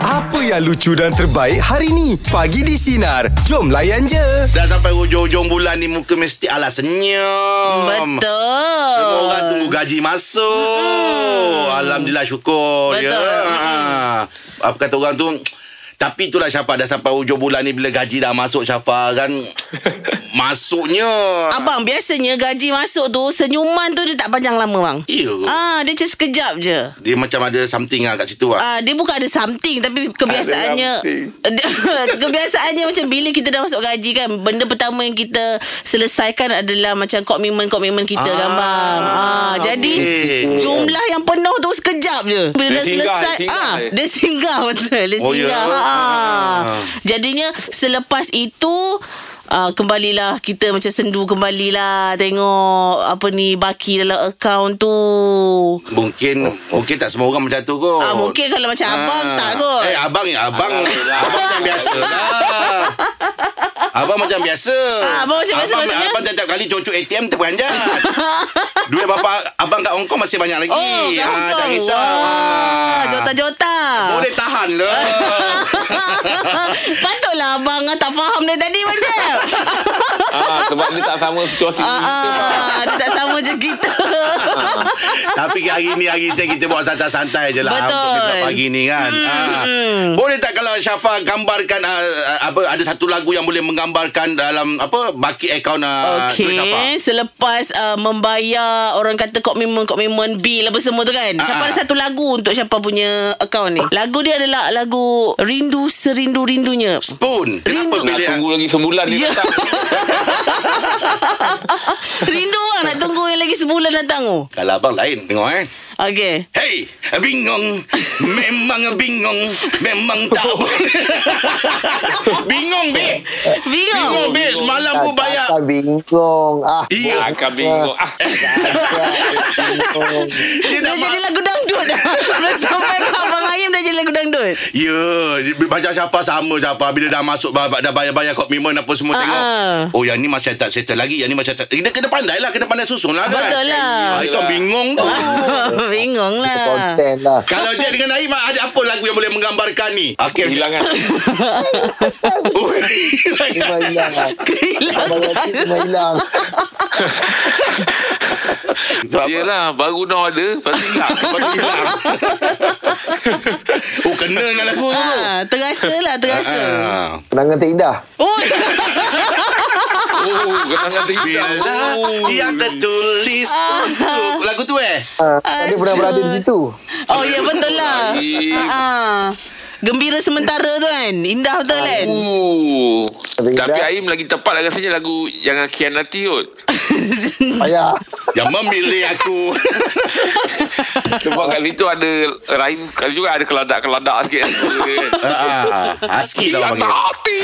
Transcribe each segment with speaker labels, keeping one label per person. Speaker 1: Apa yang lucu dan terbaik hari ni? Pagi di Sinar. Jom layan je.
Speaker 2: Dah sampai hujung-hujung bulan ni Muka mesti ala senyum
Speaker 3: Betul.
Speaker 2: Semua orang tunggu gaji masuk hmm. Alhamdulillah syukur
Speaker 3: Betul.
Speaker 2: ya. Ha. Apa kata orang tu Tapi itulah Syafa Dah sampai hujung bulan ni Bila gaji dah masuk Syafa kan Masuknya
Speaker 3: Abang biasanya gaji masuk tu senyuman tu dia tak panjang lama bang.
Speaker 2: Ya ke?
Speaker 3: Ah dia macam sekejap je.
Speaker 2: Dia macam ada something lah kat situ lah
Speaker 3: Ah dia bukan ada something tapi kebiasaannya kebiasaannya macam bila kita dah masuk gaji kan benda pertama yang kita selesaikan adalah macam komitmen-komitmen kita
Speaker 2: Ah,
Speaker 3: kan bang. Ah jadi
Speaker 2: okey.
Speaker 3: jumlah yang penuh tu sekejap je. Bila
Speaker 4: Dia
Speaker 3: dah
Speaker 4: singgah,
Speaker 3: selesai
Speaker 4: dia singgah
Speaker 3: ah
Speaker 4: je.
Speaker 3: dia singgah betul. Dia
Speaker 2: Oh, ya.
Speaker 3: singgah. Ah.
Speaker 2: Ah.
Speaker 3: Jadinya selepas itu Uh, kembalilah kita macam sendu kembalilah tengok apa ni baki dalam akaun tu.
Speaker 2: Mungkin Mungkin tak semua orang macam tu kot
Speaker 3: Ah mungkin kalau macam abang
Speaker 2: Oh. Ah.
Speaker 3: tak kot.
Speaker 2: Eh abang ya abang. Abang macam biasa lah. Abang macam biasa.
Speaker 3: Ah, abang macam biasa
Speaker 2: abang,
Speaker 3: maksudnya?
Speaker 2: Abang tiap-tiap kali cucuk ATM terpanjang. Duit bapak abang kat Hong Kong masih banyak lagi.
Speaker 3: Oh, kat Hong
Speaker 2: Ah, tak
Speaker 3: Kong.
Speaker 2: risau.
Speaker 3: Wah,
Speaker 2: Ah.
Speaker 3: jota-jota.
Speaker 2: Boleh tahan lah.
Speaker 3: Patutlah abang ah, tak faham dari tadi macam.
Speaker 4: ah, sebab dia tak sama situasi
Speaker 3: Ah, ah, dia tak sama je kita.
Speaker 2: Tapi hari ni hari saya kita buat santai-santai je lah.
Speaker 3: Betul. Hmm,
Speaker 2: Untuk tengok pagi ni kan. Ah. Boleh tak kalau Syafa gambarkan ah, ah, apa ada satu lagu yang boleh menggambarkan dalam apa baki akaun ah, tu Syafa?
Speaker 3: Okey, selepas uh, membayar orang kata komitmen komitmen bil apa semua tu kan.
Speaker 2: Ah,
Speaker 3: Siapa
Speaker 2: ah.
Speaker 3: ada satu lagu untuk siapa punya akaun ni. Lagu dia adalah lagu Rindu Serindu Rindunya.
Speaker 2: Spoon. Kenapa
Speaker 3: Rindu.
Speaker 4: Nak
Speaker 2: pilih
Speaker 4: tunggu lagi sebulan dia
Speaker 3: Ya.
Speaker 4: datang
Speaker 3: Rindu lah nak tunggu yang lagi sebulan datang tu.
Speaker 2: Kalau abang lain Tengok eh
Speaker 3: Okey.
Speaker 2: Hey Bingung Memang bingung Memang tak boleh Bingung babe Bingung
Speaker 3: Bingung.
Speaker 2: babe Semalam pun bayar
Speaker 5: Tak bingung. Ah,
Speaker 2: Iya
Speaker 3: Ya.
Speaker 4: Akan bingung ah,
Speaker 2: Eh,
Speaker 5: bingung.
Speaker 2: Dia
Speaker 3: Dah
Speaker 2: tak
Speaker 3: jadi lagu dangdut dah. Dah sampai ke Abang Ayam dah jadi lagu dangdut.
Speaker 2: Ya Macam Syafa sama Syafa Bila dah masuk bah- Dah bayar-bayar komitmen Apa semua
Speaker 3: Ah,
Speaker 2: tengok
Speaker 3: ah.
Speaker 2: Oh yang ni masih tak settle lagi Yang ni masih tak Dia kena pandai lah Kena pandai susun lah kan
Speaker 3: Betul lah.
Speaker 2: Ah, Itu yang bingung tu Oh. Ya.
Speaker 3: Bingung lah.
Speaker 5: Konten lah.
Speaker 2: Kalau Jack dengan Naim Ada apa lagu yang boleh menggambarkan ni Okay
Speaker 4: Kehilangan
Speaker 2: Oh,
Speaker 5: Cuma hilang lah. Abang
Speaker 3: Kehilangan.
Speaker 5: Yati cuma hilang.
Speaker 2: Sebab apa?
Speaker 4: Yelah baru dah ada Lepas tu hilang
Speaker 2: Lepas tu hilang Oh kena dengan lagu tu
Speaker 3: Ah, terasa lah, terasa.
Speaker 2: Ah.
Speaker 5: Kenangan terindah.
Speaker 3: Oi,
Speaker 4: Oh kenangan terhilang
Speaker 2: Bila
Speaker 4: oh.
Speaker 2: lah yang tertulis
Speaker 3: Ah.
Speaker 2: untuk Lagu tu eh
Speaker 5: Ah, Dia pernah berada di situ.
Speaker 3: oh ya betul lah.
Speaker 4: Baik.
Speaker 3: Ah, ah. Gembira sementara tu kan. Indah betul kan?
Speaker 4: Oh. Tapi
Speaker 5: Terindah.
Speaker 4: Aim lagi tepat lah rasanya lagu Jangan kianati kot
Speaker 5: Ayah.
Speaker 2: Yang memilih aku
Speaker 4: Sebab kat situ ada Rahim kali juga ada keladak-keladak sikit
Speaker 2: ah, ah. Husky lah orang
Speaker 4: Kianati
Speaker 2: panggil
Speaker 4: hati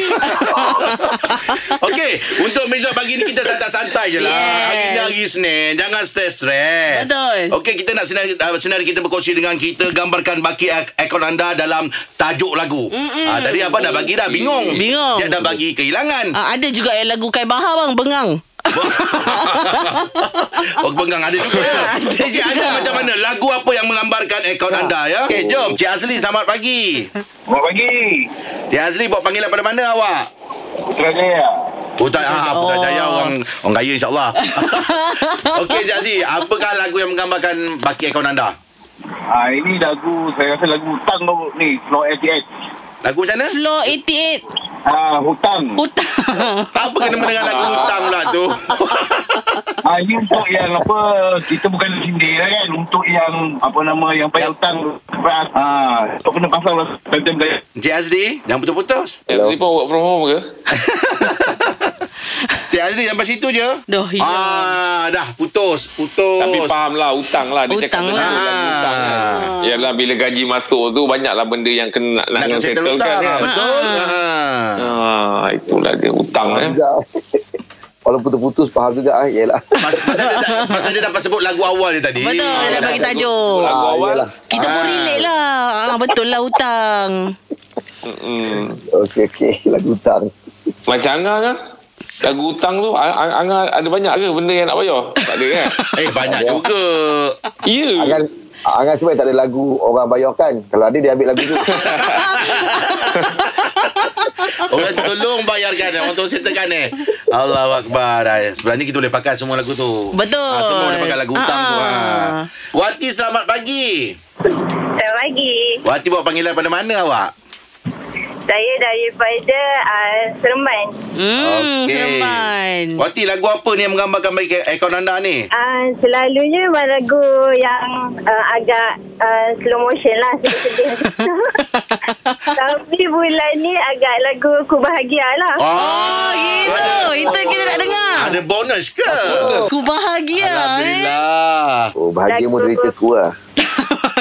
Speaker 2: Okey Untuk meja pagi ni Kita santai-santai je lah
Speaker 3: Yes.
Speaker 2: Hari ni hari Senin Jangan stres-stres
Speaker 3: Betul.
Speaker 2: Okey kita nak senari, uh, senari kita berkongsi dengan kita Gambarkan baki ak- akaun anda Dalam tajuk lagu ah, Tadi apa dah bagi dah Bingung
Speaker 3: Bingung.
Speaker 2: Dia dah bagi kehilangan
Speaker 3: Ah, ada juga yang lagu Kai Bahar bang, Bengang.
Speaker 2: Oh, bengang ada juga.
Speaker 3: Ada
Speaker 2: Okey,
Speaker 3: juga.
Speaker 2: anda macam mana? Lagu apa yang menggambarkan akaun anda ya? Okey, jom. Cik Azli, selamat pagi.
Speaker 6: Selamat pagi.
Speaker 2: Cik Azli buat panggilan pada mana awak?
Speaker 6: Putrajaya.
Speaker 2: Oh tak, ah,
Speaker 3: Oh.
Speaker 2: Putrajaya orang orang kaya insyaAllah. Okey, Cik Azli, apakah lagu yang menggambarkan baki akaun anda?
Speaker 6: Ha, ini lagu, saya rasa lagu hutang baru ni, Flow ATH.
Speaker 2: Lagu macam mana?
Speaker 3: Floor 88
Speaker 6: Ha, hutang.
Speaker 3: hutang.
Speaker 2: Apa kena dengan lagu hutang pula tu?
Speaker 6: Ha, ini untuk yang apa, kita bukan sindir lah kan. Untuk yang, apa nama, yang payah hutang. Ha, kau kena pasang lah. Tantan gaya.
Speaker 2: Cik Azli, jangan putus-putus.
Speaker 4: Jadi pun work from home ke?
Speaker 2: Oh. Cik Azli sampai situ je.
Speaker 3: Dah, ya.
Speaker 2: Ah, dah putus,
Speaker 4: Tapi
Speaker 2: putus. Ah.
Speaker 4: faham lah Utang lah Dia
Speaker 3: Hutang
Speaker 4: cakap
Speaker 3: lah.
Speaker 4: tadi lagu hutang kan.
Speaker 3: Ah.
Speaker 4: Yalah bila gaji masuk tu Banyaklah benda Lah, yang kena Nak,
Speaker 2: Nak
Speaker 4: kena
Speaker 2: settle
Speaker 4: settlekan
Speaker 2: hutang,
Speaker 3: lah.
Speaker 2: ah,
Speaker 4: kan.
Speaker 2: betul? Ah.
Speaker 4: Ah, itulah dia hutang eh.
Speaker 5: Juga. Walau putus-putus faham juga ah. Yalah.
Speaker 2: Pas- Pasal dia, tak- pasal dia dapat sebut lagu awal dia tadi.
Speaker 3: Betul, dia dah bagi tajuk.
Speaker 4: Lagu
Speaker 5: Ah,
Speaker 4: awal.
Speaker 5: yalah.
Speaker 3: Kita pun
Speaker 2: Ah.
Speaker 3: relate lah. Ah, betul lah hutang.
Speaker 4: Mm-mm.
Speaker 5: Okey okey lagu hutang.
Speaker 4: Macam Angah kan? Lagu hutang tu A- A- Angah ada banyak ke benda yang nak bayar? Tak ada kan?
Speaker 2: Eh banyak juga
Speaker 4: Ya.
Speaker 5: Angan Ah, Angan sebab tak ada lagu orang bayarkan. Kalau ada dia ambil lagu tu.
Speaker 2: Orang tolong bayarkan Orang tolong settlekan eh Allah Akbar Ay, Sebenarnya kita boleh pakai semua lagu tu
Speaker 3: Betul.
Speaker 2: Ah, Semua boleh pakai lagu hutang tu
Speaker 3: Ah.
Speaker 2: ha. Wati selamat pagi
Speaker 7: Selamat pagi.
Speaker 2: Wati buat panggilan pada mana awak?
Speaker 7: Saya daripada uh, Seremban.
Speaker 3: Hmm,
Speaker 2: Okey.
Speaker 3: Seremban.
Speaker 2: Wati lagu apa ni yang menggambarkan baik ak- akaun anda ni?
Speaker 7: Uh, selalunya memang lagu yang uh, agak uh, slow motion lah sedih-sedih. Tapi bulan ni agak lagu Ku Bahagia lah.
Speaker 2: Oh,
Speaker 3: Oh, ya. gitu. Itu yang kita nak dengar.
Speaker 2: Ada bonus ke?
Speaker 3: Ku bahagia eh.
Speaker 2: Alhamdulillah.
Speaker 5: Oh, bahagia
Speaker 7: Lagu-
Speaker 5: moderator ku lah.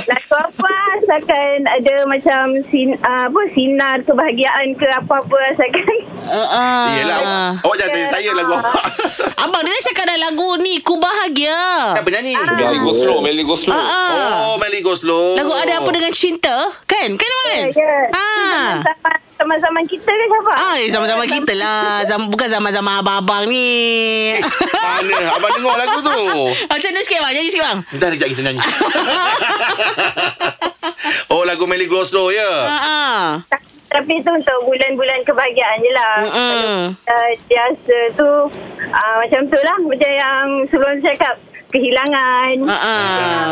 Speaker 7: Lagu apa asalkan ada macam sin, uh, apa sinar kebahagiaan ke apa-apa asalkan.
Speaker 3: Uh, uh.
Speaker 2: Yelah, awak- awak jangan tanya saya lagu awak.
Speaker 3: Abang dia dah cakap dah lagu ni Ku bahagia
Speaker 2: Siapa
Speaker 3: Eh,
Speaker 2: nyanyi?
Speaker 7: Ah.
Speaker 4: Meli go slow Meli go slow
Speaker 3: Ah, ah.
Speaker 2: Ya, Oh, Melly Go Slow.
Speaker 3: Lagu ada apa dengan cinta Kan Kan Wan
Speaker 7: Ya, ya.
Speaker 3: Ah.
Speaker 7: Zaman- Zaman-zaman kita ke siapa?
Speaker 3: Ah, eh, zaman-zaman kita lah Zaman, Bukan zaman-zaman abang-abang ni
Speaker 2: Mana? Abang dengar lagu tu.
Speaker 3: Macam mana sikit bang Jadi sikit bang
Speaker 2: Bentar kejap kita nyanyi. oh, lagu Melly Go Slow ya?
Speaker 3: Ah, ah.
Speaker 7: Tapi tu untuk bulan-bulan kebahagiaan je lah.
Speaker 3: Mm-mm.
Speaker 7: Uh, biasa tu uh, macam tu lah. Macam yang sebelum cakap kehilangan.
Speaker 3: Ah, ah.
Speaker 2: Ah.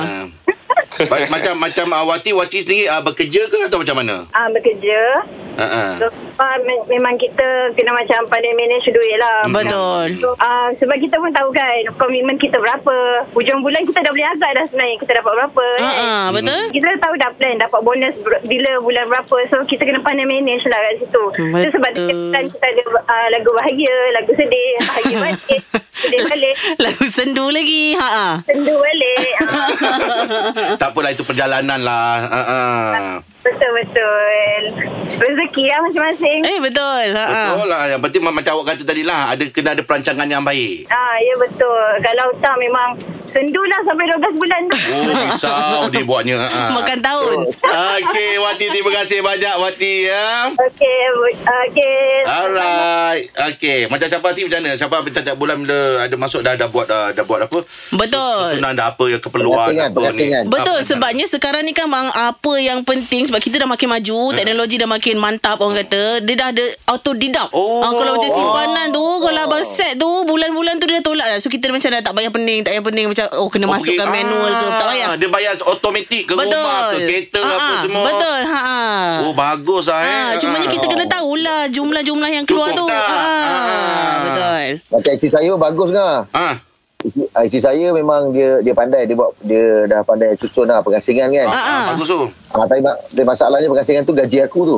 Speaker 2: Ba- macam macam uh, Wati Wati sendiri uh, bekerja ke atau macam mana?
Speaker 7: Uh, bekerja.
Speaker 2: Ha ah.
Speaker 7: So, uh, me- memang kita kena macam pandai manage duit lah.
Speaker 3: Betul
Speaker 7: So, uh, sebab kita pun tahu kan komitmen kita berapa. Hujung bulan kita dah boleh agak dah sebenarnya kita dapat berapa.
Speaker 3: Ah,
Speaker 7: kan.
Speaker 3: ah, Betul
Speaker 7: Kita tahu dah plan dapat bonus ber- bila bulan berapa so kita kena pandai manage lah kat situ.
Speaker 3: Betul.
Speaker 7: Betul. So, sebab kita plan kita ada uh, lagu bahagia, lagu sedih, bahagia balik, sedih balik,
Speaker 3: Lagu sendu lagi ha, ah.
Speaker 7: sendu balik. Ah,
Speaker 3: Uh-huh.
Speaker 2: tak apalah itu perjalanan lah. Ha ah.
Speaker 7: Betul-betul. Rezeki lah masing-masing.
Speaker 3: Eh betul ha, ah.
Speaker 2: Betul lah Yang penting macam awak kata tadi lah Ada kena ada perancangan yang baik
Speaker 7: Ah, ya betul. Kalau tak memang sendu lah sampai 12 bulan.
Speaker 2: Oh risau dia buatnya ha.
Speaker 3: Makan tahun
Speaker 2: Okey Wati terima kasih banyak Wati ya
Speaker 7: Okey, bu- okey.
Speaker 2: Alright Okey Macam siapa sih macam mana Siapa setiap bulan bila ada masuk Dah, dah buat dah, dah buat apa
Speaker 3: Betul
Speaker 2: Susunan dah apa yang keperluan
Speaker 5: Pengatingan,
Speaker 2: apa ni
Speaker 5: pengatingan.
Speaker 2: Ah,
Speaker 3: Betul
Speaker 2: pengatingan.
Speaker 3: sebabnya sekarang ni kan bang apa yang penting sebab kita dah makin
Speaker 2: Hmm.
Speaker 3: maju, teknologi dah makin mantap orang kata. Dia dah ada auto deduct.
Speaker 2: Oh.
Speaker 3: Ah, kalau macam simpanan tu, kalau abang set tu bulan-bulan tu dia dah tolak dah. So kita macam dah tak payah pening, tak payah pening macam oh kena
Speaker 2: Oh,
Speaker 3: masukkan
Speaker 2: pergi-
Speaker 3: manual ke, tak payah.
Speaker 2: Ah, Dia bayar automatik ke
Speaker 3: Betul.
Speaker 2: rumah ke kereta
Speaker 3: Ah,
Speaker 2: apa
Speaker 3: ah,
Speaker 2: semua
Speaker 3: Betul. Ha. ah.
Speaker 2: Oh bagus lah eh
Speaker 3: Ha, cuma ni kita kena tahulah jumlah-jumlah yang keluar
Speaker 2: Cukup
Speaker 3: tu.
Speaker 2: tak?
Speaker 3: Ha,
Speaker 2: Ah.
Speaker 3: betul.
Speaker 5: Macam isteri saya bagus lah.
Speaker 2: Ah,
Speaker 5: Isteri, ah, isteri saya memang dia dia pandai. Dia buat dia dah pandai susun lah pengasingan kan.
Speaker 2: ah,
Speaker 3: Ah,
Speaker 2: ah,
Speaker 3: ah.
Speaker 2: bagus tu
Speaker 5: Ah, tapi, ma- tapi masalahnya pengasingan tu gaji aku tu.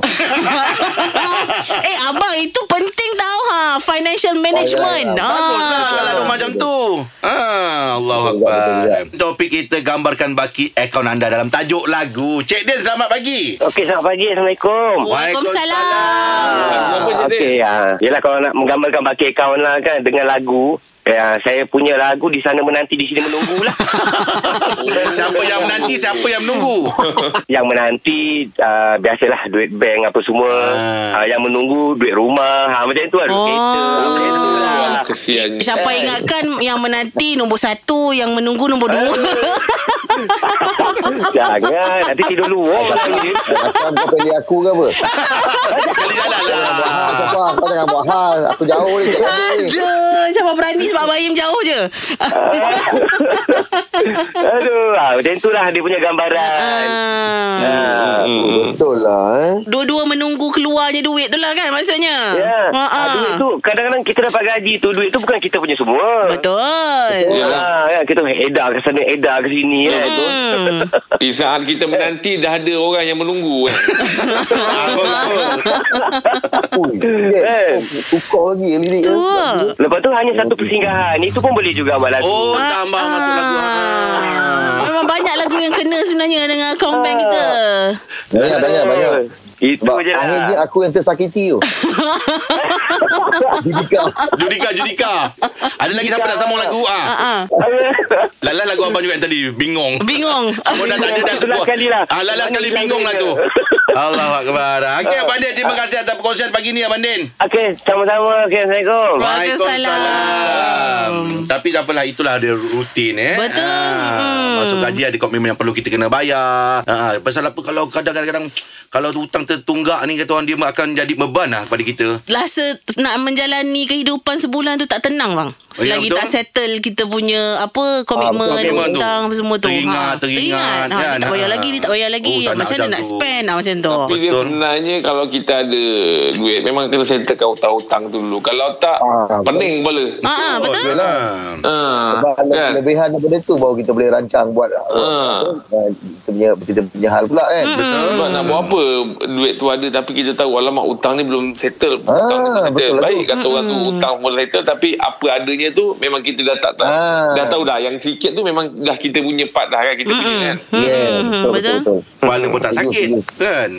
Speaker 3: eh abang itu penting tau ha financial management.
Speaker 5: Bagus
Speaker 2: Baguslah
Speaker 3: Ah.
Speaker 2: lah, kalau ada macam tu. Ah, Allahu
Speaker 5: Betul,
Speaker 2: akbar.
Speaker 5: betul,
Speaker 2: Topik kita gambarkan baki akaun anda dalam tajuk lagu. Cik Din selamat pagi.
Speaker 8: Okey, selamat pagi. Assalamualaikum.
Speaker 2: Waalaikumsalam.
Speaker 4: Apa je dia?
Speaker 8: Okey, ya. Yelah kalau nak menggambarkan bakit kawan lah kan dengan lagu. Ya, saya punya lagu di sana menanti, di sini menunggu lah.
Speaker 2: Siapa yang menanti, siapa yang menunggu.
Speaker 8: yang menanti, uh, biasalah duit bank apa semua.
Speaker 2: Ah.
Speaker 8: Ah. yang menunggu, duit rumah. Ha, macam tu lah. Duit
Speaker 3: Oh.
Speaker 8: kereta. Macam tu lah.
Speaker 4: Kesian
Speaker 3: Siapa
Speaker 2: Kan.
Speaker 3: ingatkan yang menanti nombor satu, yang menunggu nombor dua.
Speaker 8: Jangan. kan? Nanti tidur luar.
Speaker 5: lah. Macam kau pilih aku ke apa?
Speaker 2: Sekali jalan
Speaker 5: Ah,
Speaker 2: lah.
Speaker 5: Siapa? Kau jangan buat hal. Aku jauh ni. Cik Adi.
Speaker 3: Aduh, siapa berani sebab Bayim jauh je.
Speaker 2: Kan.
Speaker 8: Aduh. Ha, macam tu lah dia punya gambaran.
Speaker 3: Ah.
Speaker 8: Ah.
Speaker 5: Betul lah eh.
Speaker 3: Dua-dua menunggu keluarnya duit tu lah kan maksudnya.
Speaker 8: Ya.
Speaker 3: Ha,
Speaker 8: Ah,
Speaker 3: ha.
Speaker 8: duit tu kadang-kadang kita dapat gaji tu duit tu bukan kita punya semua.
Speaker 3: Betul.
Speaker 4: Yalah.
Speaker 8: Ah, kan, kita edar ke sana, edar ke sini kan. tu.
Speaker 3: Hmm.
Speaker 4: Di saat kita menanti Dah ada orang yang menunggu kan
Speaker 2: Ah,
Speaker 5: Ui, Cik,
Speaker 8: Eh.
Speaker 5: Tukar lagi lirik.
Speaker 3: Tu.
Speaker 5: eh.
Speaker 8: Lepas tu hanya satu persinggahan. Itu pun boleh juga buat lagu.
Speaker 2: Oh, tambah masuk lagu.
Speaker 3: Ah. Memang banyak lagu yang kena sebenarnya dengan account bank kita.
Speaker 5: Banyak, banyak, banyak.
Speaker 8: Itu
Speaker 5: Sebab
Speaker 8: je
Speaker 5: akhirnya
Speaker 8: lah.
Speaker 5: aku yang tersakiti tu. Jadi kau.
Speaker 2: Judika, Judika. Ada lagi siapa nak sambung lagu?
Speaker 3: Ha,
Speaker 2: Ah.
Speaker 3: ha.
Speaker 2: Lala lagu abang juga yang tadi, bingung.
Speaker 3: Bingung.
Speaker 2: Semua dah tak ada dah
Speaker 8: Itu last kali lah.
Speaker 2: Ah, lala sekali bingung lah tu. Ah. Allah Akbar. Okey, Abang Din. Terima kasih atas perkongsian pagi ni, Abang Din.
Speaker 8: Okey, sama-sama. Okey, Assalamualaikum.
Speaker 2: Waalaikumsalam. Tapi tak apalah, itulah ada rutin eh.
Speaker 3: Betul.
Speaker 2: Ha, masuk gaji ada komitmen yang perlu kita kena bayar. Ha, pasal apa kalau kadang-kadang kalau hutang tertunggak ni kata orang dia akan jadi beban lah kepada kita.
Speaker 3: Rasa nak menjalani kehidupan sebulan tu tak tenang bang. Selagi
Speaker 2: betul.
Speaker 3: tak settle kita punya apa komitmen,
Speaker 2: komitmen Ah, tu.
Speaker 3: hutang semua tu.
Speaker 2: Teringat,
Speaker 3: ha.
Speaker 2: teringat,
Speaker 3: Ha, dia
Speaker 2: kan?
Speaker 3: tak bayar
Speaker 2: Ha.
Speaker 3: lagi, dia tak bayar lagi.
Speaker 2: Oh, tak nak
Speaker 3: macam mana
Speaker 2: macam
Speaker 3: nak
Speaker 2: tu.
Speaker 3: spend ha, macam tu.
Speaker 4: Tapi dia
Speaker 2: Betul.
Speaker 4: sebenarnya kalau kita ada duit memang kena settlekan hutang-hutang tu dulu. Kalau tak
Speaker 5: Ah,
Speaker 4: pening kepala.
Speaker 3: Ha, ha, betul.
Speaker 2: Yalah.
Speaker 4: Ah,
Speaker 5: Sebab ada
Speaker 4: kan?
Speaker 5: kelebihan daripada tu baru kita boleh rancang buat
Speaker 4: Ah.
Speaker 5: uh, kita punya kita punya hal pula kan.
Speaker 2: Hmm,
Speaker 4: Sebab nak buat apa Duit tu ada Tapi kita tahu Alamak hutang ni belum settle
Speaker 5: Ah,
Speaker 4: Hutang ni belum settle
Speaker 5: betul lah
Speaker 4: Baik
Speaker 5: tu.
Speaker 4: kata orang tu Hutang pun settle Tapi apa adanya tu Memang kita dah tak tahu
Speaker 5: Ah.
Speaker 4: Dah tahu dah Yang sikit tu memang Dah kita punya part dah kan Kita punya kan
Speaker 5: Yeah, betul, betul,
Speaker 3: betul.
Speaker 5: betul.
Speaker 2: Kepala pun tak
Speaker 5: Setuju,
Speaker 2: sakit
Speaker 5: setuju.
Speaker 2: Kan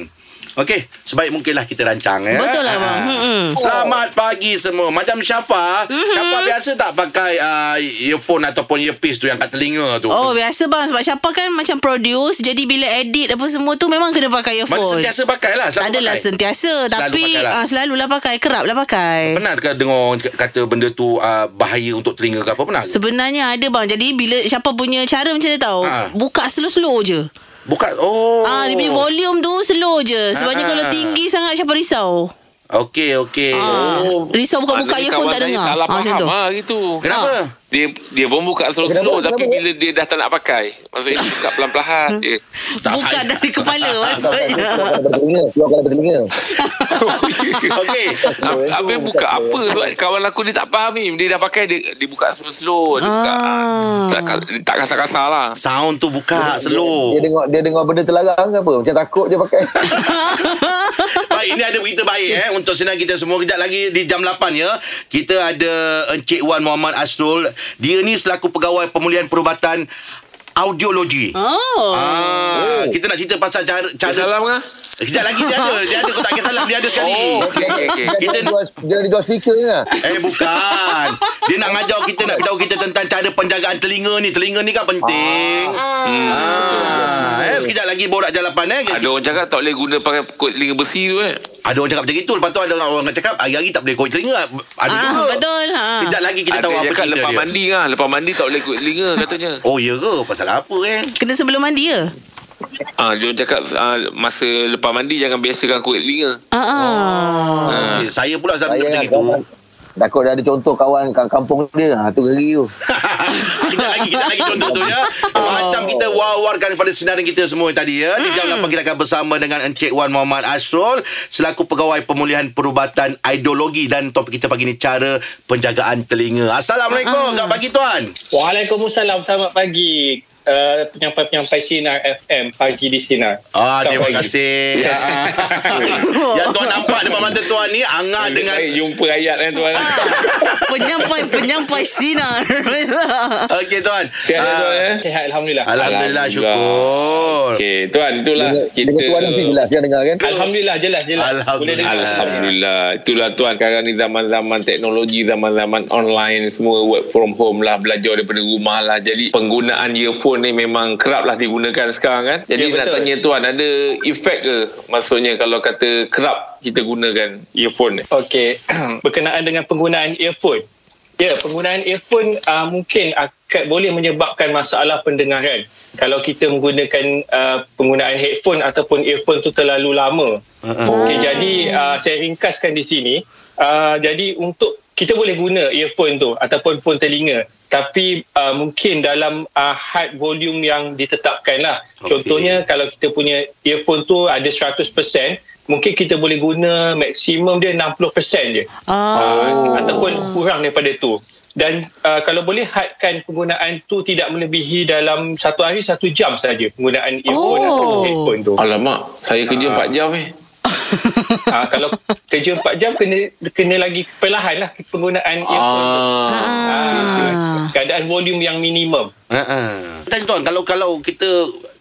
Speaker 2: Okey, sebaik mungkinlah kita rancang ya.
Speaker 3: Betul lah, bang. Mm-mm.
Speaker 2: Selamat pagi semua. Macam Syafa, mm-hmm. Syafa biasa tak pakai uh, earphone ataupun earpiece tu yang kat telinga tu.
Speaker 3: Oh biasa bang Sebab Syapa kan macam produce Jadi bila edit apa semua tu Memang kena pakai
Speaker 2: Mana
Speaker 3: earphone
Speaker 2: sentiasa pakai lah
Speaker 3: Tak
Speaker 2: Selalu
Speaker 3: adalah
Speaker 2: pakai.
Speaker 3: sentiasa
Speaker 2: Selalu
Speaker 3: Tapi
Speaker 2: pakai lah.
Speaker 3: ah, Selalulah pakai Keraplah pakai
Speaker 2: Pernah ke dengar orang c- kata benda tu uh, bahaya untuk telinga ke apa? Pernah ke?
Speaker 3: Sebenarnya ada bang Jadi bila Syapa punya cara macam tu tau
Speaker 2: Ha.
Speaker 3: Buka slow-slow je
Speaker 2: Buka, oh.
Speaker 3: Ah, dia punya volume tu slow je. Sebabnya
Speaker 2: Ah.
Speaker 3: kalau tinggi sangat siapa risau.
Speaker 2: Okey, okey.
Speaker 3: Ah,
Speaker 2: Oh.
Speaker 3: risau buka-buka
Speaker 4: Maknanya
Speaker 3: earphone
Speaker 4: kawan
Speaker 3: tak
Speaker 4: saya
Speaker 3: dengar.
Speaker 4: Salah
Speaker 3: Ah,
Speaker 4: faham ha, hari tu
Speaker 2: Kenapa?
Speaker 4: Dia dia pun buka slow-slow
Speaker 5: Kenapa?
Speaker 4: Tapi
Speaker 5: Kenapa?
Speaker 4: bila dia dah tak nak pakai Maksudnya dia buka pelan-pelan dia.
Speaker 2: Tak
Speaker 3: Buka
Speaker 2: payah.
Speaker 3: dari kepala maksudnya.
Speaker 5: Keluarkan daripada telinga, keluarkan daripada telinga.
Speaker 2: okey.
Speaker 4: Apa apa buka apa sebab kawan aku dia tak faham ni. Dia dah pakai dia, dia buka slow-slow, dia buka
Speaker 3: Ah.
Speaker 4: tak, tak kasar-kasar lah.
Speaker 2: Sound tu buka
Speaker 5: Dia
Speaker 2: Ah, slow.
Speaker 5: dengar dia dengar benda terlarang ke apa? Macam takut je pakai.
Speaker 2: Baik, ini ada berita baik eh untuk senang kita semua kejap lagi di jam 8 ya. Kita ada Encik Wan Muhammad Asrul. Dia ni selaku pegawai pemulihan perubatan audiologi.
Speaker 3: Oh.
Speaker 2: Ah, kita nak cerita pasal cara cara
Speaker 4: Salam ke?
Speaker 2: Kejap lagi dia ada. Dia ada kau tak kisah salam, dia ada sekali.
Speaker 4: Oh, okey okey okey.
Speaker 5: Dia
Speaker 2: Kita-
Speaker 5: nak jual, dia nak jual speaker ke?
Speaker 2: Eh bukan Dia nak ngajar kita Nak beritahu kita Tentang cara penjagaan telinga ni Telinga ni kan penting
Speaker 3: Hmm,
Speaker 2: ah. ah. Eh sekejap lagi Borak jalapan eh
Speaker 4: Ada orang cakap tak boleh guna pakai kot telinga besi tu eh.
Speaker 2: Ada orang cakap macam itu Lepas tu ada orang, orang cakap Hari-hari tak boleh korek telinga Ada
Speaker 3: Ah,
Speaker 2: juga
Speaker 3: betul, ha.
Speaker 2: Kejap lagi kita
Speaker 4: Ada
Speaker 2: tahu Apa
Speaker 4: cakap
Speaker 2: cerita
Speaker 4: lepas
Speaker 2: dia
Speaker 4: mandi kan. Lepas mandi tak boleh kot telinga katanya.
Speaker 2: Oh ya ke Pasal apa kan
Speaker 3: Kena sebelum mandi ke?
Speaker 4: Ah, dia orang cakap ah, masa lepas mandi jangan biasakan kot telinga.
Speaker 3: Ah, ah.
Speaker 2: ah. eh, Saya pula Sudah benda macam
Speaker 5: nak
Speaker 2: itu
Speaker 5: jual- Takut dah ada contoh kawan kat kampung dia. Ha, tu geri tu.
Speaker 2: kita lagi kita lagi contoh tu ya. Macam kita wawarkan kepada sinaran kita semua tadi ya. Di jam
Speaker 9: Hmm.
Speaker 2: 8 kita akan bersama dengan Encik Wan Muhammad Asrul selaku pegawai pemulihan perubatan ideologi dan topik kita pagi ni cara penjagaan telinga. Assalamualaikum. Selamat pagi tuan.
Speaker 9: Waalaikumsalam. Selamat pagi. Uh, penyampai-penyampai Sinar FM pagi di Sinar.
Speaker 2: Ah,
Speaker 9: Selamat
Speaker 2: terima
Speaker 9: pagi.
Speaker 2: kasih. Ah, ah. Yang tuan nampak depan mata tuan ni angah dengan Ah.
Speaker 4: Saya jumpa ayat kan tuan.
Speaker 3: Penyampai-penyampai sinar.
Speaker 2: Okey tuan.
Speaker 9: Sihat
Speaker 2: Ah,
Speaker 9: uh, tuan eh? Sihat Alhamdulillah.
Speaker 2: Alhamdulillah
Speaker 4: Alhamdulillah.
Speaker 2: syukur.
Speaker 4: Okey, tuan itulah
Speaker 5: Dengan
Speaker 4: kita.
Speaker 5: dengan tuan mesti jelas dia dengar kan?
Speaker 9: Alhamdulillah jelas jelas.
Speaker 2: Alhamdulillah.
Speaker 9: Boleh dengar. Alhamdulillah.
Speaker 4: Alhamdulillah Itulah tuan Sekarang ni zaman-zaman teknologi Zaman-zaman online Semua work from home lah Belajar daripada rumah lah Jadi penggunaan earphone ni Memang kerap lah digunakan sekarang kan Jadi
Speaker 9: Ya,
Speaker 4: yeah, nak
Speaker 9: betul.
Speaker 4: tanya tuan Ada efek ke Maksudnya kalau kata kerap Kita gunakan earphone ni
Speaker 9: Okey. Berkenaan dengan penggunaan earphone. Ya, penggunaan earphone uh, mungkin akan boleh menyebabkan masalah pendengaran. Kalau kita menggunakan uh, penggunaan headphone ataupun earphone tu terlalu lama. Okey, jadi uh, saya ringkaskan di sini. Uh, jadi untuk kita boleh guna earphone tu ataupun phone telinga tapi uh, mungkin dalam uh, had volume yang ditetapkan lah.
Speaker 2: Okey.
Speaker 9: Contohnya kalau kita punya earphone tu ada 100%, mungkin kita boleh guna maksimum dia 60% je
Speaker 3: ah.
Speaker 9: uh, ataupun kurang daripada tu dan uh, kalau boleh hadkan penggunaan tu tidak melebihi dalam satu hari satu jam saja penggunaan
Speaker 3: Oh.
Speaker 9: earphone oh. atau headphone tu
Speaker 4: Alamak Saya
Speaker 9: Ah.
Speaker 4: kerja 4 jam eh
Speaker 9: uh, kalau kerja 4 jam kena kena lagi perlahan lah penggunaan earphone tu.
Speaker 4: Ah.
Speaker 9: Ah, keadaan volume yang minimum
Speaker 2: Uh-uh. Tanya tuan kalau kalau kita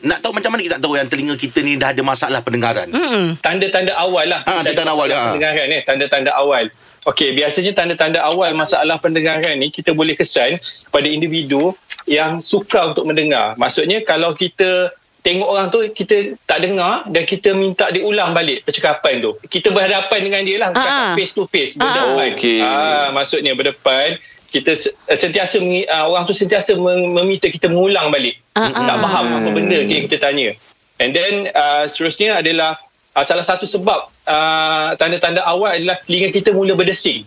Speaker 2: nak tahu macam mana kita nak tahu yang telinga kita ni dah ada masalah pendengaran.
Speaker 3: Mm-mm.
Speaker 9: tanda-tanda awal lah
Speaker 2: Ah, tanda-tanda awal, ah.
Speaker 9: masalah pendengaran ni tanda-tanda awal Okey, biasanya tanda-tanda awal masalah pendengaran ni kita boleh kesan pada individu yang suka untuk mendengar. Maksudnya kalau kita tengok orang tu kita tak dengar dan kita minta dia ulang balik percakapan tu. Kita berhadapan dengan dia lah
Speaker 3: Ah, ah.
Speaker 9: uh face to face
Speaker 3: Ah, ah.
Speaker 9: berdepan.
Speaker 4: Okey.
Speaker 9: Ah maksudnya berdepan kita se- sentiasa mengi- ah, orang tu sentiasa mem- meminta kita mengulang balik.
Speaker 3: Ah,
Speaker 9: tak
Speaker 3: ah.
Speaker 9: faham apa benda yang kita tanya. And then ah, seterusnya adalah ah, salah satu sebab ah, tanda-tanda awal adalah telinga kita mula berdesing.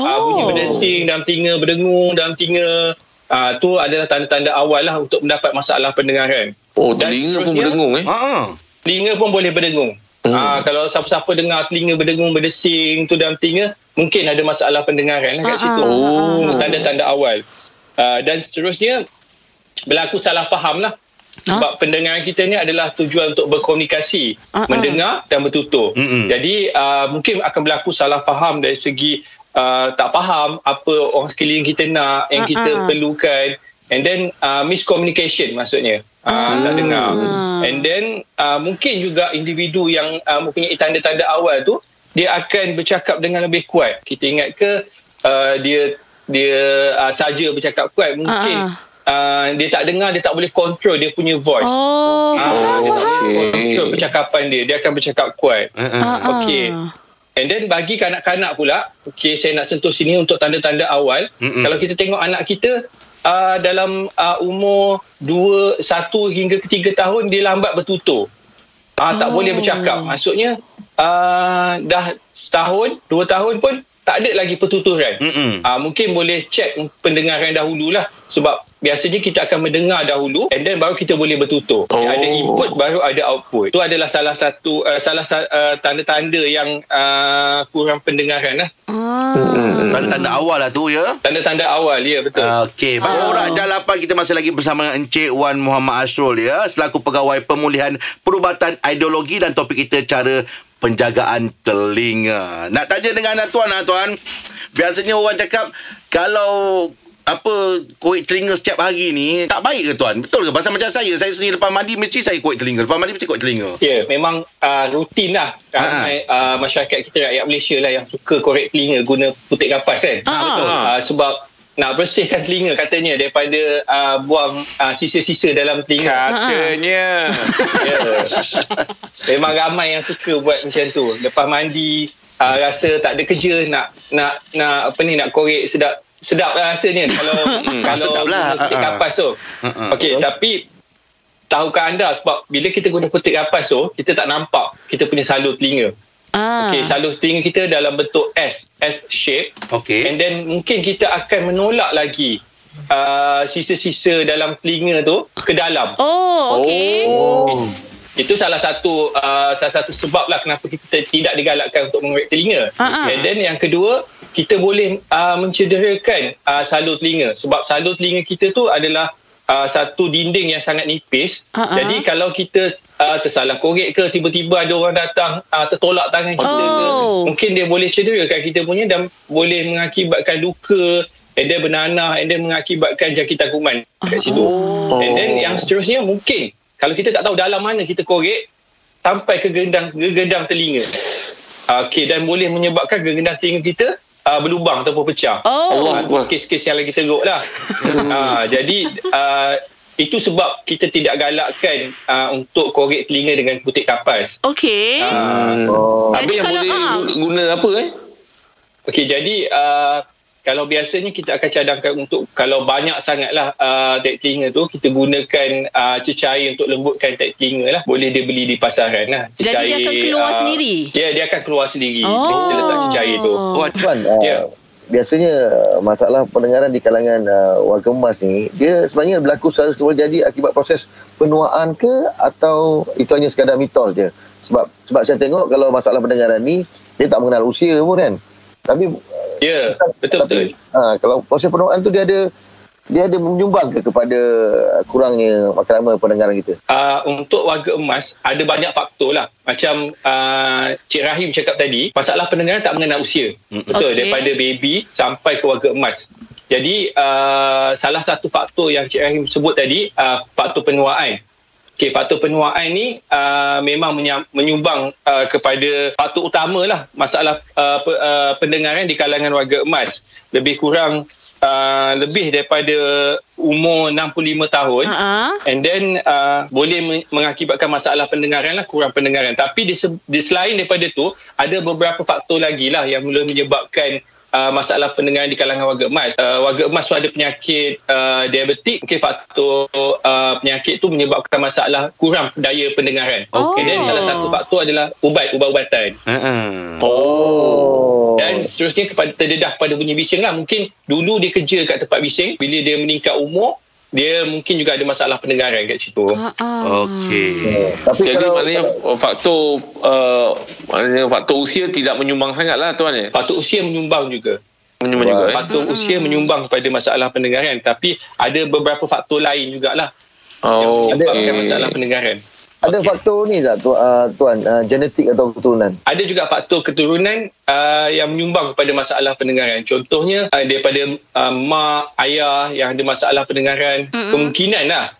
Speaker 3: Oh.
Speaker 9: Ah, bunyi berdesing dalam telinga, berdengung dalam telinga. Ah, tu adalah tanda-tanda awal lah untuk mendapat masalah pendengaran.
Speaker 4: Oh,
Speaker 9: Dan
Speaker 4: telinga pun
Speaker 9: seterusnya,
Speaker 4: berdengung eh.
Speaker 2: Ha ah.
Speaker 9: Telinga pun boleh berdengung.
Speaker 4: Hmm.
Speaker 9: Hmm. Ah, kalau siapa-siapa dengar telinga berdengung, berdesing tu dalam telinga, mungkin ada masalah pendengaran lah kat
Speaker 3: Ah,
Speaker 9: situ.
Speaker 3: ah,
Speaker 9: Oh, tanda-tanda awal. Ah, dan seterusnya, berlaku salah faham lah. Sebab pendengaran kita ni adalah tujuan untuk berkomunikasi,
Speaker 3: Ah, ah.
Speaker 9: mendengar dan bertutur.
Speaker 2: Mm-mm.
Speaker 9: Jadi uh, mungkin akan berlaku salah faham dari segi uh, tak faham apa orang sekeliling kita nak,
Speaker 3: Ah,
Speaker 9: yang kita
Speaker 3: ah.
Speaker 9: perlukan and then uh, miscommunication maksudnya.
Speaker 3: Ah.
Speaker 9: Uh, tak dengar. And then uh, mungkin juga individu yang uh, mempunyai tanda-tanda awal tu dia akan bercakap dengan lebih kuat. Kita ingat ke uh, dia dia uh, saja bercakap kuat mungkin
Speaker 3: Ah, ah.
Speaker 9: uh, dia tak dengar dia tak boleh control dia punya voice
Speaker 3: Oh,
Speaker 9: Ah,
Speaker 3: faham,
Speaker 9: dia tak
Speaker 3: faham.
Speaker 9: boleh control percakapan dia dia akan bercakap kuat
Speaker 3: Ah, ah.
Speaker 9: Okey. and then bagi kanak-kanak pula okey saya nak sentuh sini untuk tanda-tanda awal
Speaker 2: Mm-mm.
Speaker 9: kalau kita tengok anak kita uh, dalam uh, umur 2 1 hingga ke 3 tahun dia lambat bertutur Ah tak
Speaker 3: Oh.
Speaker 9: boleh bercakap. Maksudnya uh, dah setahun, dua tahun pun tak ada lagi pertuturan.
Speaker 2: Mm-mm.
Speaker 9: Ah mungkin boleh cek pendengaran dahululah sebab biasanya kita akan mendengar dahulu and then baru kita boleh bertutur.
Speaker 4: Oh.
Speaker 9: Ada input baru ada output. Itu adalah salah satu uh, salah sa- uh, tanda-tanda yang uh, kurang pendengaran lah.
Speaker 3: Ah.
Speaker 2: Tanda-tanda awal lah tu ya.
Speaker 9: Tanda-tanda awal ya betul. Uh.
Speaker 2: Okey, bagi oh. orang jalapan kita masih lagi bersama dengan Encik Wan Muhammad Asrul ya, selaku pegawai pemulihan perubatan ideologi dan topik kita cara penjagaan telinga. Nak tanya dengan anak tuan anak tuan. Biasanya orang cakap kalau apa kuit telinga setiap hari ni tak baik ke tuan? Betul ke? Pasal macam saya, saya sendiri lepas mandi mesti saya kuit telinga. Lepas mandi mesti kuit telinga.
Speaker 9: Ya, memang uh, rutin lah ramai uh, masyarakat kita rakyat Malaysia lah yang suka korek telinga guna putik kapas kan.
Speaker 3: Ah,
Speaker 9: betul. Uh, sebab nak bersihkan telinga katanya daripada uh, buang uh, sisa-sisa dalam telinga.
Speaker 4: Katanya.
Speaker 9: Ya. Memang ramai yang suka buat macam tu. Lepas mandi uh, rasa tak ada kerja nak nak nak apa ni nak korek sedap sedap lah rasanya kalau kalau
Speaker 2: Sedap lah.
Speaker 9: guna
Speaker 2: Ha,
Speaker 9: petik
Speaker 2: ha.
Speaker 9: kapas tu. Okey tapi tahukah anda sebab bila kita guna petik kapas tu kita tak nampak kita punya salur telinga.
Speaker 3: Ah.
Speaker 9: Okey salur telinga kita dalam bentuk S, S shape
Speaker 2: Okey.
Speaker 9: and then mungkin kita akan menolak lagi uh, sisa-sisa dalam telinga tu ke dalam.
Speaker 3: Oh, okey.
Speaker 4: Oh.
Speaker 9: Itu salah satu uh, salah satu sebab lah kenapa kita tidak digalakkan untuk mengorek telinga.
Speaker 3: Ah, ah.
Speaker 9: And then yang kedua, kita boleh uh, mencederakan uh, salur telinga sebab salur telinga kita tu adalah uh, satu dinding yang sangat nipis.
Speaker 3: Ah, ah.
Speaker 9: Jadi kalau kita uh, tersalah korek ke tiba-tiba ada orang datang uh, tertolak tangan kita ke,
Speaker 3: Oh.
Speaker 9: mungkin dia boleh cederakan kita punya dan boleh mengakibatkan luka and then bernanah and then mengakibatkan jangkitan kuman kat situ.
Speaker 3: Oh.
Speaker 9: And then yang seterusnya mungkin kalau kita tak tahu dalam mana kita korek sampai ke gendang ke gendang telinga. Ah, Okey dan boleh menyebabkan gendang telinga kita uh, berlubang ataupun pecah.
Speaker 3: Oh.
Speaker 4: Allah
Speaker 9: Ah,
Speaker 4: Akbar.
Speaker 9: Kes-kes yang lagi teruk lah. Ah, jadi ah, itu sebab kita tidak galakkan ah, untuk korek telinga dengan putik kapas.
Speaker 3: Okey.
Speaker 9: Ah,
Speaker 5: Oh.
Speaker 3: Jadi
Speaker 4: Habis yang
Speaker 3: kalau-
Speaker 4: boleh
Speaker 3: ah.
Speaker 4: guna- guna apa eh?
Speaker 9: Okey, jadi uh, kalau biasanya kita akan cadangkan untuk kalau banyak sangatlah uh, tek telinga tu kita gunakan uh, cecair untuk lembutkan tek telinga lah. Boleh dia beli di pasaran lah.
Speaker 3: Jadi dia akan keluar sendiri?
Speaker 9: Ya, dia akan keluar sendiri.
Speaker 3: Oh.
Speaker 9: Oh. Kita letak cecair tu.
Speaker 2: Oh,
Speaker 5: Tuan, uh,
Speaker 9: Ya.
Speaker 5: biasanya uh, masalah pendengaran di kalangan uh, warga emas ni, dia sebenarnya berlaku secara semula jadi akibat proses penuaan ke atau itu hanya sekadar mitos je? Sebab sebab saya tengok kalau masalah pendengaran ni, dia tak mengenal usia pun kan. Tapi uh,
Speaker 9: Ya,
Speaker 5: tapi,
Speaker 9: betul-betul.
Speaker 5: Ha, kalau proses penuaan tu dia ada dia ada menyumbang ke kepada uh, kurangnya maklama pendengaran kita?
Speaker 9: Uh, untuk warga emas ada banyak faktor lah macam uh, Cik Rahim cakap tadi masalah pendengaran tak mengenal usia betul
Speaker 3: Okey.
Speaker 9: daripada baby sampai ke warga emas jadi uh, salah satu faktor yang Cik Rahim sebut tadi uh, faktor penuaan Okey, faktor penuaan ni uh, memang menyam, menyumbang uh, kepada faktor lah ah, utamalah masalah uh, pe, uh, pendengaran di kalangan warga emas. Lebih kurang uh, lebih daripada umur 65 tahun
Speaker 3: Ah, ah.
Speaker 9: and then uh, boleh men- mengakibatkan masalah pendengaran lah kurang pendengaran tapi di, se- di selain daripada tu ada beberapa faktor lagi lah yang mula menyebabkan Uh, masalah pendengaran di kalangan warga emas. Uh, warga emas tu ada penyakit uh, diabetik. Mungkin faktor uh, penyakit tu menyebabkan masalah kurang daya pendengaran.
Speaker 3: Oh.
Speaker 9: Okay. And then salah satu faktor adalah ubat, ubat-ubatan.
Speaker 2: Uh-uh.
Speaker 5: Oh.
Speaker 9: Dan seterusnya kepada terdedah pada bunyi bising lah. Mungkin dulu dia kerja kat tempat bising. Bila dia meningkat umur, dia mungkin juga ada masalah pendengaran kat situ.
Speaker 3: Ah, ah.
Speaker 2: Okey.
Speaker 5: Tapi
Speaker 4: Jadi
Speaker 5: kalau
Speaker 4: maknanya uh, faktor uh, maknanya faktor usia tidak menyumbang sangatlah tuan ya.
Speaker 9: Faktor usia menyumbang juga.
Speaker 4: Menyumbang juga eh.
Speaker 9: Faktor usia menyumbang pada masalah pendengaran. Tapi ada beberapa faktor lain jugalah yang
Speaker 4: Oh,
Speaker 9: menyebabkan
Speaker 4: okey.
Speaker 9: masalah pendengaran.
Speaker 5: ada faktor ni tak tu, uh, tuan uh, genetik atau keturunan?
Speaker 9: Ada juga faktor keturunan uh, yang menyumbang kepada masalah pendengaran. Contohnya uh, daripada uh, mak, ayah yang ada masalah pendengaran. Kemungkinan lah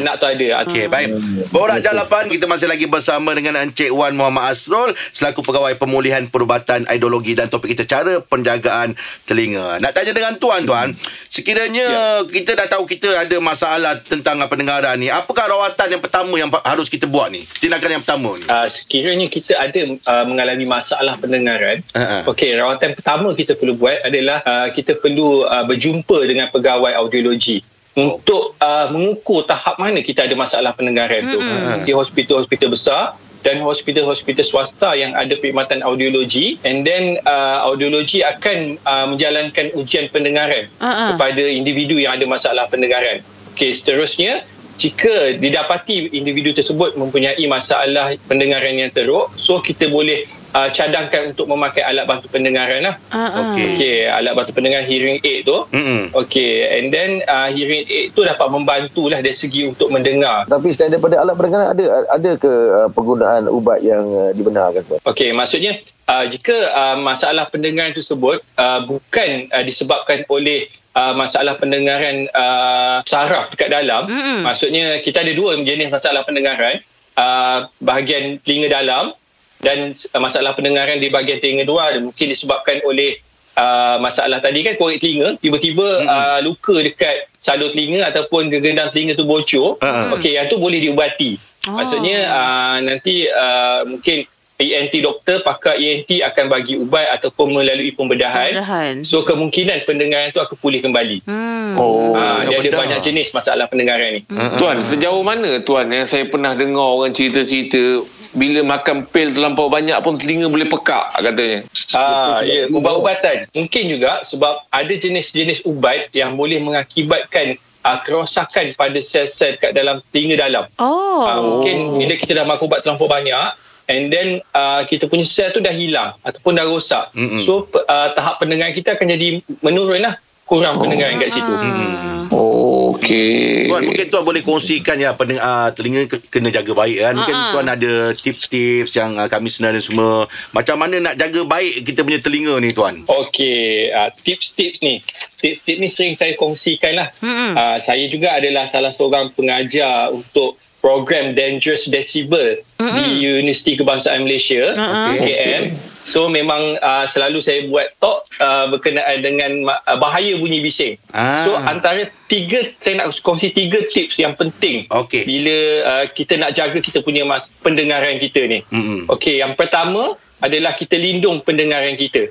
Speaker 9: anak tu ada.
Speaker 2: Okey, baik. Borak Jalapan, kita masih lagi bersama dengan Encik Wan Muhammad Asrul selaku Pegawai Pemulihan Perubatan Ideologi dan topik kita cara penjagaan telinga. Nak tanya dengan tuan, tuan. Sekiranya kita dah tahu kita ada masalah tentang ah, pendengaran ni, apakah rawatan yang pertama yang pa- harus kita buat ni? Tindakan yang pertama ni.
Speaker 9: Uh, sekiranya kita ada uh, mengalami masalah pendengaran,
Speaker 2: Ha, ha.
Speaker 9: okey, rawatan pertama kita perlu buat adalah uh, kita perlu uh, berjumpa dengan pegawai audiologi untuk uh, mengukur tahap mana kita ada masalah pendengaran tu. Di hospital-hospital besar dan hospital-hospital swasta yang ada perkhidmatan audiologi and then uh, audiologi akan uh, menjalankan ujian pendengaran
Speaker 3: Ah, ah.
Speaker 9: kepada individu yang ada masalah pendengaran. Okey, seterusnya jika didapati individu tersebut mempunyai masalah pendengaran yang teruk, so kita boleh uh, cadangkan untuk memakai alat bantu pendengaran lah.
Speaker 3: Ah, ah.
Speaker 2: Okey.
Speaker 9: Okey, alat bantu pendengaran hearing aid tu.
Speaker 2: Mm-mm.
Speaker 9: Okey, and then uh, hearing aid tu dapat membantulah dari segi untuk mendengar.
Speaker 5: Tapi selain daripada alat pendengaran ada ada ke uh, penggunaan ubat yang uh, dibenarkan tuan?
Speaker 9: Okey, maksudnya uh, jika uh, masalah pendengaran tersebut uh, bukan uh, disebabkan oleh uh, masalah pendengaran uh, saraf dekat dalam,
Speaker 3: Mm-mm.
Speaker 9: maksudnya kita ada dua jenis masalah pendengaran, uh, bahagian telinga dalam dan uh, masalah pendengaran di bahagian telinga luar dan mungkin disebabkan oleh Uh, masalah tadi kan korek telinga tiba-tiba uh, luka dekat salur telinga ataupun gegendang telinga tu bocor
Speaker 2: Mm-mm.
Speaker 9: okey yang tu boleh diubati
Speaker 3: Ah.
Speaker 9: maksudnya uh, nanti uh, mungkin ENT doktor pakar ENT akan bagi ubat ataupun melalui pembedahan.
Speaker 3: Pembedahan.
Speaker 9: So kemungkinan pendengaran tu akan pulih kembali.
Speaker 3: Hmm.
Speaker 4: Oh.
Speaker 9: Oh, ha, dia ada
Speaker 2: bedah.
Speaker 9: banyak jenis masalah pendengaran ni.
Speaker 4: Hmm. Tuan, sejauh mana tuan yang saya pernah dengar orang cerita-cerita bila makan pil terlampau banyak pun telinga boleh pekak katanya.
Speaker 9: Ah, ya, ubat-ubatan. Mungkin juga sebab ada jenis-jenis ubat yang boleh mengakibatkan uh, kerosakan pada sel-sel kat dalam telinga dalam.
Speaker 3: Oh.
Speaker 9: Uh, mungkin bila kita dah makan ubat terlampau banyak and then uh, kita punya sel tu dah hilang ataupun dah rosak.
Speaker 2: Mm-mm.
Speaker 9: So pe- uh, tahap pendengaran kita akan jadi menurun lah. Kurang pendengaran kat situ.
Speaker 3: Ah.
Speaker 4: Oh, okey.
Speaker 2: Tuan mungkin tuan boleh kongsikan ya pendeng- ah, telinga ke- kena jaga baik kan. Mungkin
Speaker 3: Ha-ha.
Speaker 2: tuan ada tips-tips yang ah, kami senarai semua macam mana nak jaga baik kita punya telinga ni tuan.
Speaker 9: Okey, uh, tips-tips ni. Tips-tips ni sering saya kongsikan lah.
Speaker 3: Mm-mm.
Speaker 9: Uh, saya juga adalah salah seorang pengajar untuk program Dangerous Decibel Mm-mm. di Universiti Kebangsaan Malaysia,
Speaker 3: Mm-mm.
Speaker 9: UKM. So memang uh, selalu saya buat talk uh, berkenaan dengan ma- uh, bahaya bunyi bising.
Speaker 2: Ah.
Speaker 9: So antara tiga, saya nak kongsi tiga tips yang penting
Speaker 2: Okey.
Speaker 9: bila uh, kita nak jaga kita punya mas- pendengaran kita ni.
Speaker 2: Mm-mm.
Speaker 9: Okey, yang pertama adalah kita lindung pendengaran kita.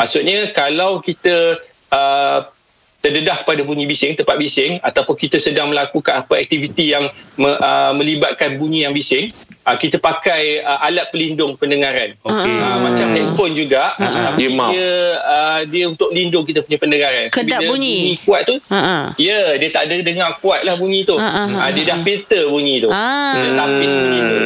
Speaker 9: Maksudnya kalau kita uh, terdedah pada bunyi bising, tempat bising ataupun kita sedang melakukan apa aktiviti yang me, uh, melibatkan bunyi yang bising, uh, kita pakai uh, alat pelindung pendengaran.
Speaker 2: Okey.
Speaker 9: Uh, macam handphone juga uh,
Speaker 4: Ya, Mak.
Speaker 9: dia uh, dia untuk lindung kita punya pendengaran. So,
Speaker 3: Kedap
Speaker 9: bila
Speaker 3: bunyi.
Speaker 9: bunyi kuat tu
Speaker 3: Ah, ah.
Speaker 9: Ya, dia tak ada dengar kuat lah bunyi tu.
Speaker 3: Ha, ha, ha,
Speaker 9: Ah, dia dah filter bunyi tu.
Speaker 3: Ah.
Speaker 9: Dia lapis bunyi tu.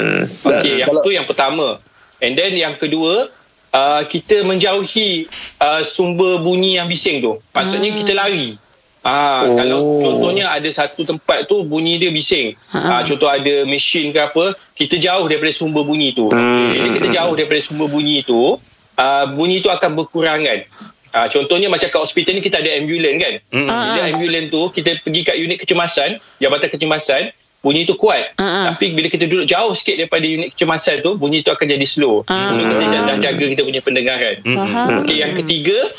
Speaker 9: Okey, yang tu yang pertama. And then yang kedua, uh, kita menjauhi uh, sumber bunyi yang bising tu. Maksudnya kita lari. Ah,
Speaker 4: Oh.
Speaker 9: oh. kalau contohnya ada satu tempat tu bunyi dia bising.
Speaker 3: Ha,
Speaker 9: Ah, contoh ada mesin ke apa, kita jauh daripada sumber bunyi tu. Bila kita jauh daripada sumber bunyi tu, ah, bunyi tu akan berkurangan. Ah, contohnya macam kat hospital ni kita ada ambulans kan.
Speaker 2: Mm-mm.
Speaker 9: Bila
Speaker 3: Ah.
Speaker 9: ambulans tu kita pergi kat unit kecemasan, jabatan kecemasan, bunyi tu kuat.
Speaker 3: Ah, ah.
Speaker 9: Tapi bila kita duduk jauh sikit daripada unit kecemasan tu, bunyi tu akan jadi slow.
Speaker 3: Ah.
Speaker 9: So kita dah, dah jaga kita punya pendengaran.
Speaker 2: Mm-mm.
Speaker 3: Faham.
Speaker 9: Okey, yang ketiga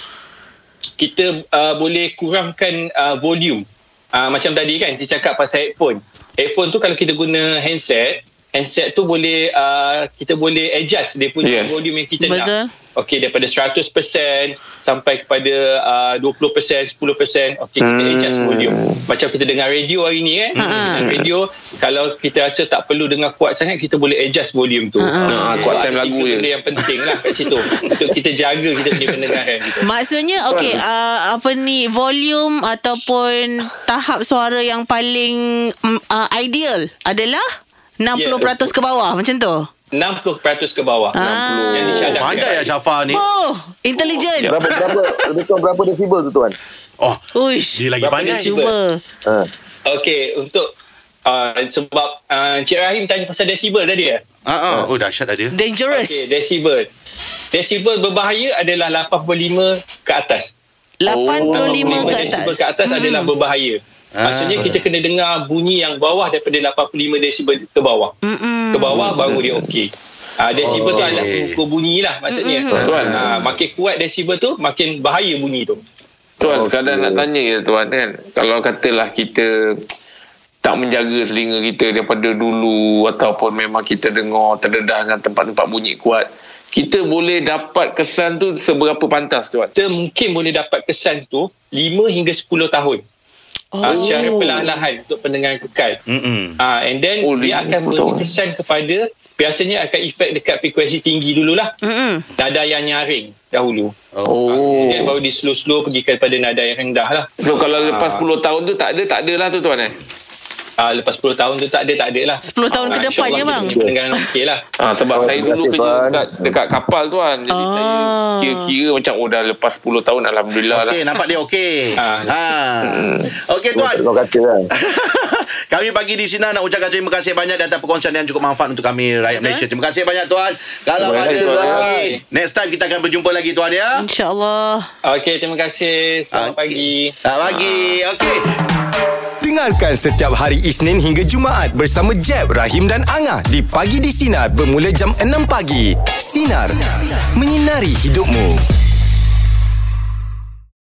Speaker 9: kita uh, boleh kurangkan uh, volume. Uh, macam tadi kan kita cakap pasal headphone. Headphone tu kalau kita guna handset, handset tu boleh uh, kita boleh adjust dia punya
Speaker 4: Yes.
Speaker 9: yes. volume yang kita
Speaker 3: Betul.
Speaker 9: nak. Okey daripada 100% sampai kepada uh, 20%, 10%. Okey kita
Speaker 4: Hmm.
Speaker 9: adjust volume. Macam kita dengar radio hari ni kan.
Speaker 3: Ha-ha.
Speaker 9: Radio kalau kita rasa tak perlu dengar kuat sangat kita boleh adjust volume tu.
Speaker 4: Ha,
Speaker 9: Ha,
Speaker 4: kuatkan lagu
Speaker 9: itu
Speaker 4: je.
Speaker 9: benda yang penting lah kat situ. Untuk kita jaga kita punya pendengaran kita.
Speaker 3: Maksudnya okey uh, apa ni volume ataupun tahap suara yang paling mm, uh, ideal adalah 60% ke bawah macam tu.
Speaker 9: 60% ke bawah.
Speaker 3: Ah.
Speaker 9: 60 yang dicadangkan.
Speaker 2: Pandai ya Syafa ni.
Speaker 3: Oh, intelligent.
Speaker 5: Berapa berapa lebih kurang berapa desibel tu tuan?
Speaker 2: Oh,
Speaker 3: Uish.
Speaker 2: dia lagi
Speaker 9: Berapa
Speaker 2: pandai.
Speaker 9: dia cuba?
Speaker 3: Cuba.
Speaker 5: Ha.
Speaker 9: Okey, untuk uh, sebab uh, Encik Rahim tanya pasal decibel tadi ya?
Speaker 2: Ha ah. Oh dahsyat dah dia.
Speaker 3: Dangerous.
Speaker 9: Okey, decibel. Decibel berbahaya adalah 85 ke atas.
Speaker 3: 85 ke atas.
Speaker 9: decibel ke atas hmm. adalah berbahaya.
Speaker 2: Ah.
Speaker 9: Maksudnya kita kena dengar bunyi yang bawah daripada 85 decibel ke bawah.
Speaker 3: Mm-mm.
Speaker 9: Ke bawah
Speaker 4: Hmm.
Speaker 9: baru dia okey. Ah decibel
Speaker 4: Oh,
Speaker 9: tu
Speaker 2: Okey.
Speaker 9: adalah ukur bunyi lah maksudnya.
Speaker 4: Hmm, Betul.
Speaker 9: Ah, makin kuat decibel tu makin bahaya bunyi tu.
Speaker 5: Oh,
Speaker 4: Tuan okay. sekadar nak tanya je tuan kan Kalau katalah kita tak menjaga telinga kita daripada dulu Ataupun memang kita dengar terdedah dengan tempat-tempat bunyi kuat Kita boleh dapat kesan tu seberapa pantas tuan
Speaker 9: Kita mungkin boleh dapat kesan tu 5 hingga 10 tahun.
Speaker 3: Oh.
Speaker 9: uh, secara perlahan-lahan untuk pendengaran kekal.
Speaker 2: Mm-mm.
Speaker 9: Uh, and then
Speaker 4: Oh,
Speaker 9: oh, dia
Speaker 4: lima
Speaker 9: akan
Speaker 4: puluh tahun.
Speaker 9: beri kesan kepada biasanya akan efek dekat frekuensi tinggi dululah.
Speaker 3: Mm-mm.
Speaker 9: Nada yang nyaring dahulu.
Speaker 4: Hmm. Oh
Speaker 9: Dia baru di slow-slow pergi kepada nada yang rendah lah.
Speaker 4: So kalau
Speaker 5: Ah.
Speaker 4: lepas 10 tahun tu tak ada tak adalah tu tuan eh
Speaker 9: Uh, lepas 10 tahun tu tak ada tak ada lah.
Speaker 3: 10 tahun ke depan
Speaker 9: Ah,
Speaker 4: ya,
Speaker 9: insyaAllah
Speaker 3: je, bang.
Speaker 9: kita punya Pendengaran okey lah.
Speaker 4: Ha, sebab
Speaker 5: Oh,
Speaker 4: saya
Speaker 5: terima
Speaker 4: dulu
Speaker 5: kasih,
Speaker 4: kerja
Speaker 5: Tuan.
Speaker 4: dekat, dekat kapal tuan Jadi
Speaker 3: Ah.
Speaker 4: saya kira-kira macam Oh dah lepas 10 tahun Alhamdulillah
Speaker 2: Ah, Okey,
Speaker 4: lah
Speaker 2: nampak dia okey.
Speaker 9: Ah.
Speaker 2: Ha. Okey tuan.
Speaker 5: Kau kata kan.
Speaker 2: kami pagi di sini nak ucapkan terima kasih banyak dan atas perkongsian yang cukup manfaat untuk kami rakyat Malaysia. Terima kasih banyak tuan. Kalau
Speaker 4: Terima
Speaker 2: ada
Speaker 4: kasih, Tuan.
Speaker 2: rezeki, next time kita akan berjumpa lagi tuan ya.
Speaker 3: InsyaAllah.
Speaker 9: Okey, terima kasih. Selamat pagi.
Speaker 2: Selamat pagi. Okey.
Speaker 1: Dengarkan setiap hari Isnin hingga Jumaat bersama Jeb, Rahim dan Angah di Pagi di Sinar bermula jam 6 pagi. Sinar. Menyinari hidupmu.